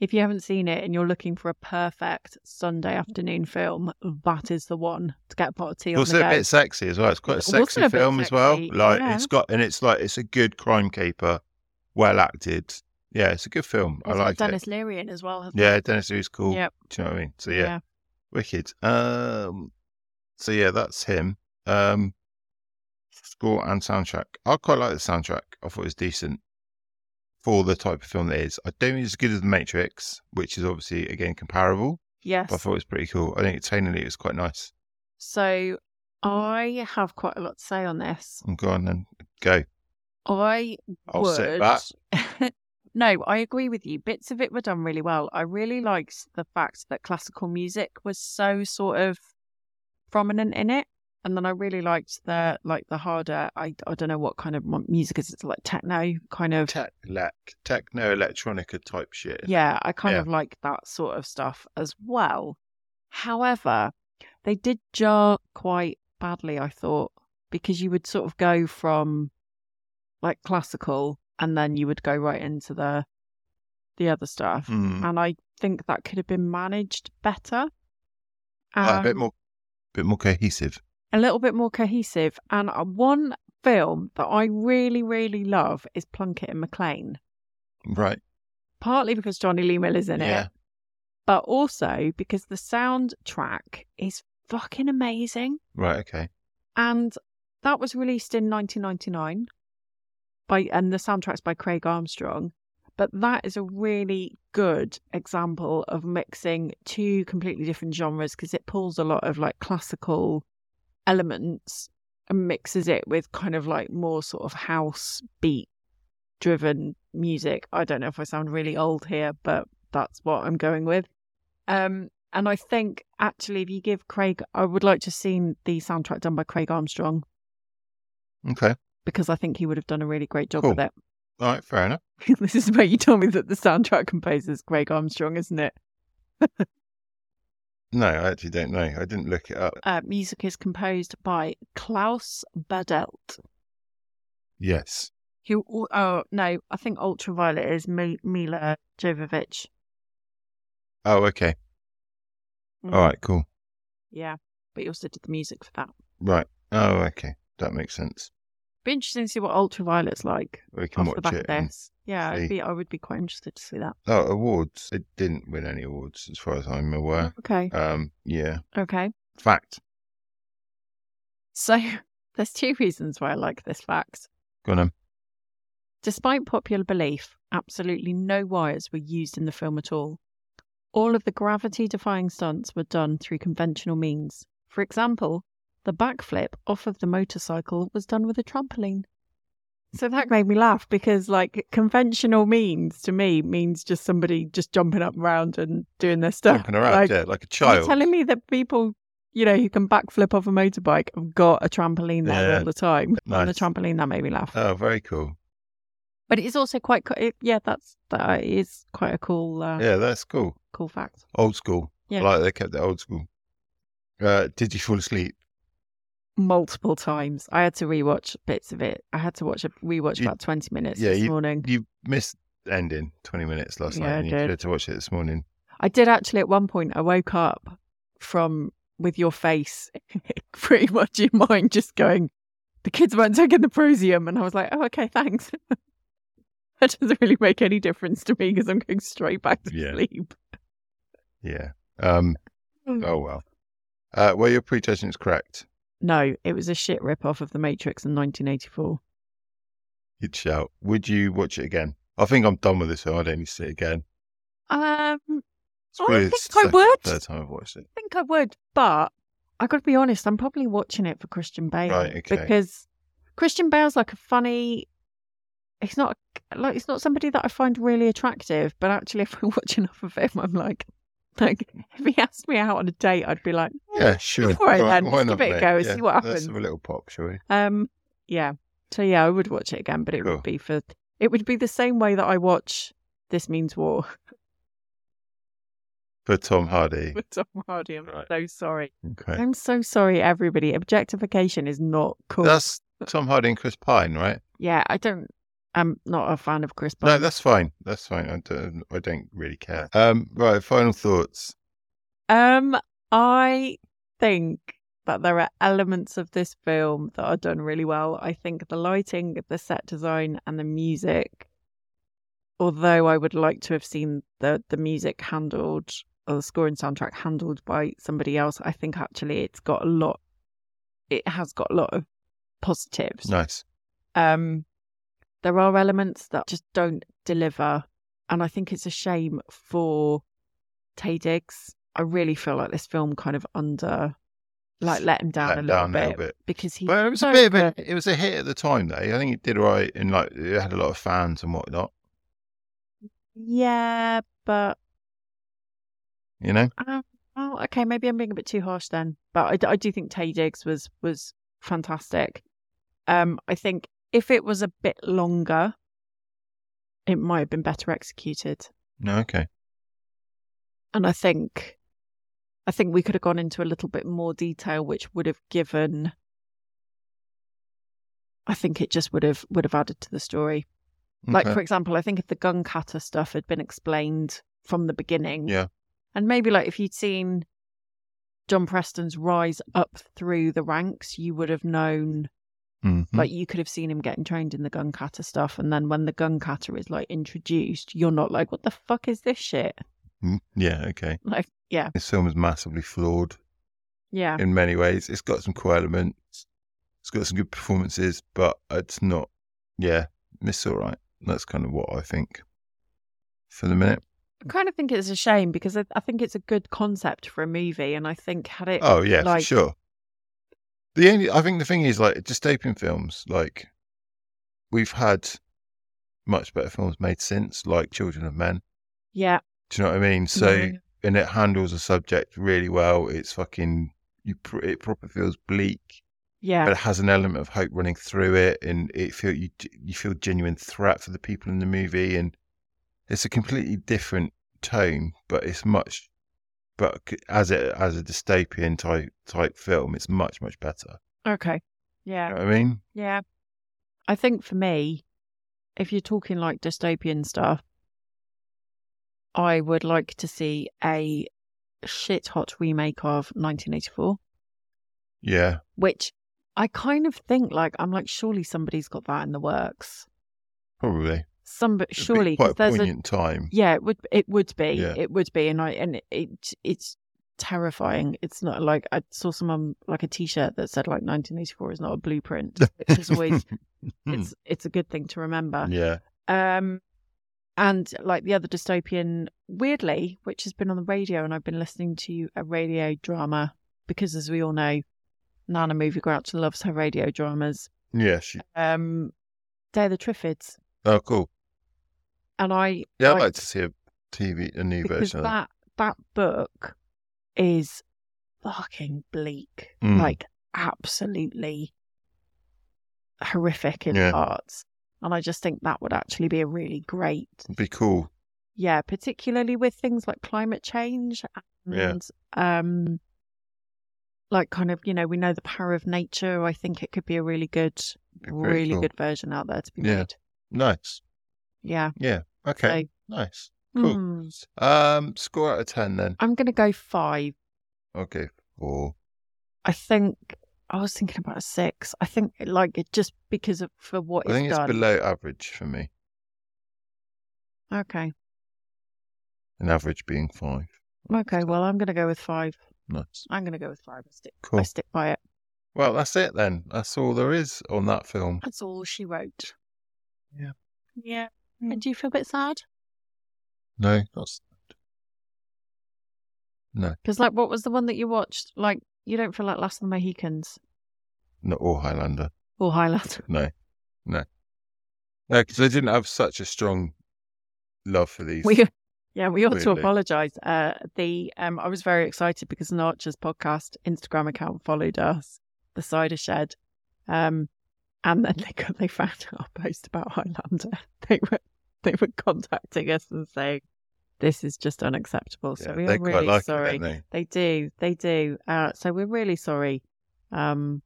If you haven't seen it and you're looking for a perfect Sunday afternoon film, that is the one to get a pot of tea also on the a go. bit sexy as well. It's quite a It sexy wasn't a bit film as well. sexy, Like yeah. it's got and it's like it's a good crime caper, well acted. Yeah, it's a good film. It's I got like it. Dennis Leary in as well. hasn't Yeah, Dennis is it? cool. Yep. Do you know what I mean? So yeah, wicked. Um, so yeah, that's him. Um, score and soundtrack. I quite like the soundtrack. I thought it was decent for the type of film that it is. I don't think it's as good as The Matrix, which is obviously again comparable. Yes. But I thought it was pretty cool. I think tonally it was quite nice. So I have quite a lot to say on this. I'm going and go. I I'll would. sit back. no, I agree with you. Bits of it were done really well. I really liked the fact that classical music was so sort of prominent in it. And then I really liked the like the harder I I don't know what kind of mu- music is it's like techno kind of Tech, lec, techno electronica type shit. yeah, I kind Yeah. of like that sort of stuff as well. However, they did jar quite badly, I thought, because you would sort of go from like classical and then you would go right into the the other stuff. Hmm. And I think that could have been managed better. Uh, a Um, bit more, bit more cohesive. a little bit more cohesive. And uh, one film that I really, really love is Plunkett and McLean, Right. partly because Johnny Lee Miller's in yeah. it, but also because the soundtrack is fucking amazing. Right. Okay. And that was released in 1999 by, and the soundtrack's by Craig Armstrong. But that is a really good example of mixing two completely different genres because it pulls a lot of like classical elements and mixes it with kind of like more sort of house beat driven music. I don't know if I sound really old here, but that's what I'm going with. Um, and I think actually, if you give Craig, I would like to have seen the soundtrack done by Craig Armstrong Okay. because I think he would have done a really great job with it. All right. Fair enough. this is where you told me that the soundtrack composer is Craig Armstrong, isn't it? No, I actually don't know. I didn't look it up. Uh, music is composed by Klaus Badelt, Yes. who, al- oh no, I think Ultraviolet is Mi- Mila Jovovich. Oh, okay. Mm, All right. Cool. Yeah, but he also did the music for that. Right. Oh, okay. That makes sense. Be interesting to see what Ultraviolet's like We can off the watch back it. of and- this. Yeah, I'd see. be, I would be quite interested to see that. Oh, awards. It didn't win any awards, as far as I'm aware. Okay, Um. Yeah. okay. Fact. So there's two reasons why I like this fact. Go on. then. Despite popular belief, absolutely no wires were used in the film at all. All of the gravity defying stunts were done through conventional means. For example, the backflip off of the motorcycle was done with a trampoline. So that made me laugh because, like, conventional means to me means just somebody just jumping up and round and doing their stuff. Jumping around, Like, yeah, like a you're child. telling me that people, you know, who can backflip off a motorbike have got a trampoline there Yeah. all the time. And the Nice. trampoline that made me laugh. Oh, very cool. but it's also quite, co- it, yeah, that's that is quite a cool, uh, Yeah, that's cool. cool fact. Old school. Yeah. I like they kept it old school. Uh, did you fall asleep? Multiple times, I had to rewatch bits of it. I had to watch a rewatch You- about twenty minutes yeah, this morning. You missed the ending 20 minutes last Yeah, night. I And you did. should have to watch it this morning. I did actually at one point. I woke up from with your face pretty much in mind, just going, "The kids weren't taking the prosium," and I was like, "Oh, okay, thanks." that doesn't really make any difference to me because I'm going straight back to Yeah. sleep. Yeah. Um. Mm. Oh well. Uh, well, your prejudgment is correct. No, it was a shit rip off of The Matrix in 1984. You'd shout. Would you watch it again? I think I'm done with this film. I don't need to see it again. Um, It's I probably think the I second- would. Third time I've watched it. I think I would, but I got to be honest, I'm probably watching it for Christian Bale Right, okay. because Christian Bale's like a funny. He's not like he's not somebody that I find really attractive, but actually, if I watch enough of him, I'm like, like if he asked me out on a date, I'd be like, Yeah, sure. All right, then. why Just not, give it a mate? go and Yeah, see what Let's happens. have a little pop, shall we? um, yeah. So yeah, I would watch it again, but it Cool. would be for it would be the same way that I watch This Means War For Tom Hardy. with Tom Hardy. I'm Right. so sorry. Okay. I'm so sorry, everybody. Objectification is not cool. That's Tom Hardy and Chris Pine, right? Yeah, I don't. I'm not a fan of Chris No, Pine. that's fine. That's fine. I don't. I don't really care. Um. Right. Final thoughts. um, I think that there are elements of this film that are done really well. I think the lighting, the set design, and the music. Although I would like to have seen the the music handled or the score and soundtrack handled by somebody else, I think actually it's got a lot. It has got a lot of positives. Nice. um, there are elements that just don't deliver. And I think it's a shame for Tay Diggs. I really feel like this film kind of under, like, let him down, Let a, him little down a bit little bit. because he. Well, it was so a bit of a, good. it was a hit at the time though. I think it did all right and like it had a lot of fans and whatnot. Yeah, but You know, um, oh, okay, maybe I'm being a bit too harsh then. But I d- I, do think Tay Diggs was was fantastic. Um, I think if it was a bit longer, it might have been better executed. no, okay, and I think I think we could have gone into a little bit more detail, which would have given. I think it just would have would have added to the story. Like, Okay. for example, I think if the gun cutter stuff had been explained from the beginning. Yeah. And maybe, like, if you'd seen John Preston's rise up through the ranks, you would have known, Mhm. like, you could have seen him getting trained in the gun cutter stuff. And then when the gun cutter is, like, introduced, you're not like, what the fuck is this shit? Mm, yeah, okay. Like, yeah. This film is massively flawed Yeah. in many ways. It's got some cool elements. It's got some good performances, but it's not. Yeah, it's all right. That's kind of what I think for the minute. I kind of think it's a shame because I, I think it's a good concept for a movie. And I think, had it. Oh yeah, like- for sure. The only I think the thing is like dystopian films, like we've had much better films made since, like Children of Men. yeah. Do you know what I mean? So and it handles the subject really well. It's fucking you. pr- It proper feels bleak, Yeah. but it has an element of hope running through it, and it feel you you feel genuine threat for the people in the movie, and it's a completely different tone, but it's much. But c- as it as a dystopian type type film, it's much much better. Okay. Yeah. You know what I mean? Yeah. I think for me, if you're talking like dystopian stuff, I would like to see a shit hot remake of 1984, Yeah, which I kind of think like, I'm like, surely somebody's got that in the works. probably. Some, but It'd be surely, 'cause quite a there's a, poignant time. yeah, it would, it would be, Yeah. it would be. And I, and it, it's terrifying. It's not like, I saw someone like a t shirt that said like 1984 is not a blueprint, which is always, uh, it's, it's a good thing to remember. Hmm. yeah, Um, and like the other dystopian, weirdly, which has been on the radio, and I've been listening to a radio drama because, as we all know, Nana Movie Grouch loves her radio dramas. yeah. She, Um, Day of the Triffids, oh, cool. and I Yeah, I'd Like- like to see a TV, a new because version of that. that that book is fucking bleak, Mm. like absolutely horrific in Yeah. parts, and I just think that would actually be a really great It'd be cool. yeah, particularly with things like climate change Yeah. and um like kind of, you know, we know the power of nature. I think it could be a really good It'd be pretty really cool. good version out there to be Yeah. made. Nice. Yeah. Yeah. Okay. So, Nice. Cool. hmm, Um, score out of ten then. I'm gonna go five. Okay. Four. I think I was thinking about a six. I think like it just because of for what I think it's it's done. below average for me. Okay. An average being five. Okay, well I'm gonna go with five. Nice. I'm gonna go with five. I stick I Cool. stick by it. Well, that's it then. That's all there is on that film. That's all she wrote. Hmm. Yeah. Yeah. And do you feel a bit sad? No, not. No, Because, like, what was the one that you watched? Like, you don't feel like Last of the Mohicans not all Highlander. or Highland. No, no, no, because I didn't have such a strong love for these. We, yeah, we ought to Weirdly. apologise. Uh, the um, I was very excited because an Archer's podcast Instagram account followed us, the Cider Shed, um, and then they got, they found our post about Highlander. They were they were contacting us and saying this is just unacceptable. So Yeah, we they are quite really like sorry. it, don't they? They do. They do. Uh, so we're really sorry. Um,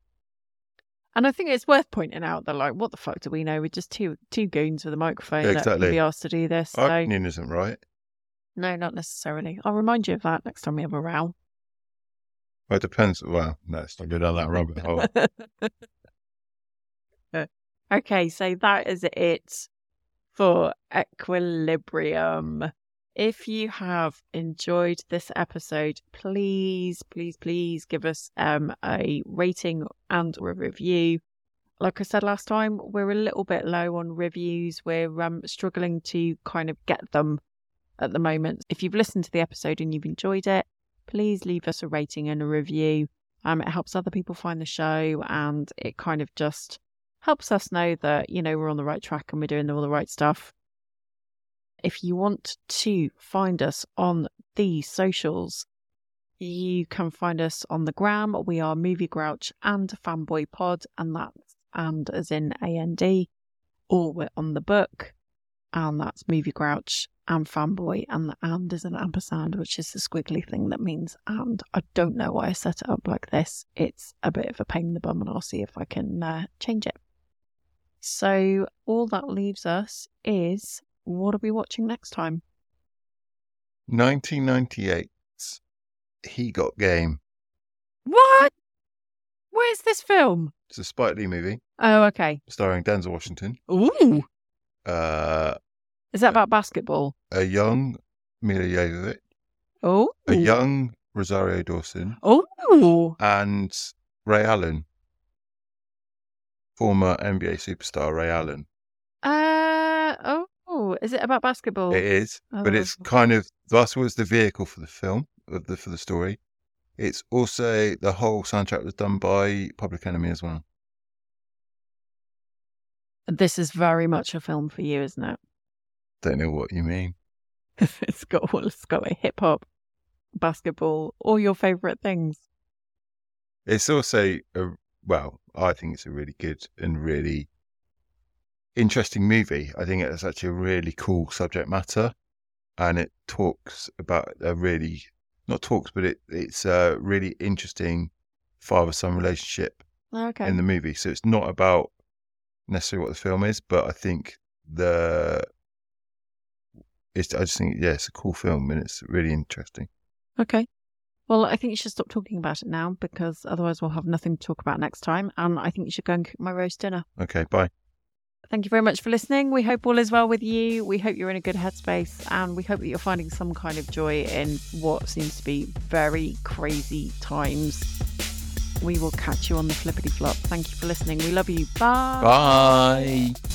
and I think it's worth pointing out that, like, what the fuck do we know? We're just two two goons with a microphone Yeah, that can exactly. be asked to do this. Our So, opinion isn't right. no, not necessarily. I'll remind you of that next time we have a row. Well, it depends. Well, no, it's not good on that rabbit hole. okay, so that is it for Equilibrium. If you have enjoyed this episode, please, please, please give us um, a rating and a review. Like I said last time, we're a little bit low on reviews. We're um, struggling to kind of get them at the moment. If you've listened to the episode and you've enjoyed it, please leave us a rating and a review. Um, it helps other people find the show and it kind of just helps us know that, you know, we're on the right track and we're doing all the right stuff. If you want to find us on the socials, you can find us on the gram. We are Movie Grouch and Fanboy Pod, and that's and as in A N D, or we're on the book, and that's Movie Grouch and Fanboy, and the and is an ampersand, which is the squiggly thing that means and. I don't know why I set it up like this. It's a bit of a pain in the bum, and I'll see if I can uh, change it. So all that leaves us is what are we watching next time? 1998. He Got Game. What? Where's this film? It's a Spike Lee movie Oh, okay. starring Denzel Washington. Ooh. Uh, Is that about basketball? a young Mila Jovovich, Oh. a young Rosario Dawson, Oh. and Ray Allen, former NBA superstar Ray Allen. Uh oh. Is it about basketball? It is, Oh, but it's wonderful. kind of that's was the vehicle for the film of the for the story. It's also the whole soundtrack was done by Public Enemy as well. This is very much a film for you, isn't it? Don't know what you mean. it's got all it's got a hip hop, basketball, all your favourite things. It's also a well, I think it's a really good and really interesting movie. I think it's actually a really cool subject matter, and it talks about a really not talks, but it it's a really interesting father son relationship Okay. in the movie. So it's not about necessarily what the film is, but I think the it's I just think yeah, it's a cool film and it's really interesting. Okay. Well, I think you should stop talking about it now because otherwise we'll have nothing to talk about next time. And I think you should go and cook my roast dinner. Okay, bye. Thank you very much for listening. We hope all is well with you. We hope you're in a good headspace and we hope that you're finding some kind of joy in what seems to be very crazy times. We will catch you on the flippity flop. Thank you for listening. We love you. Bye. Bye.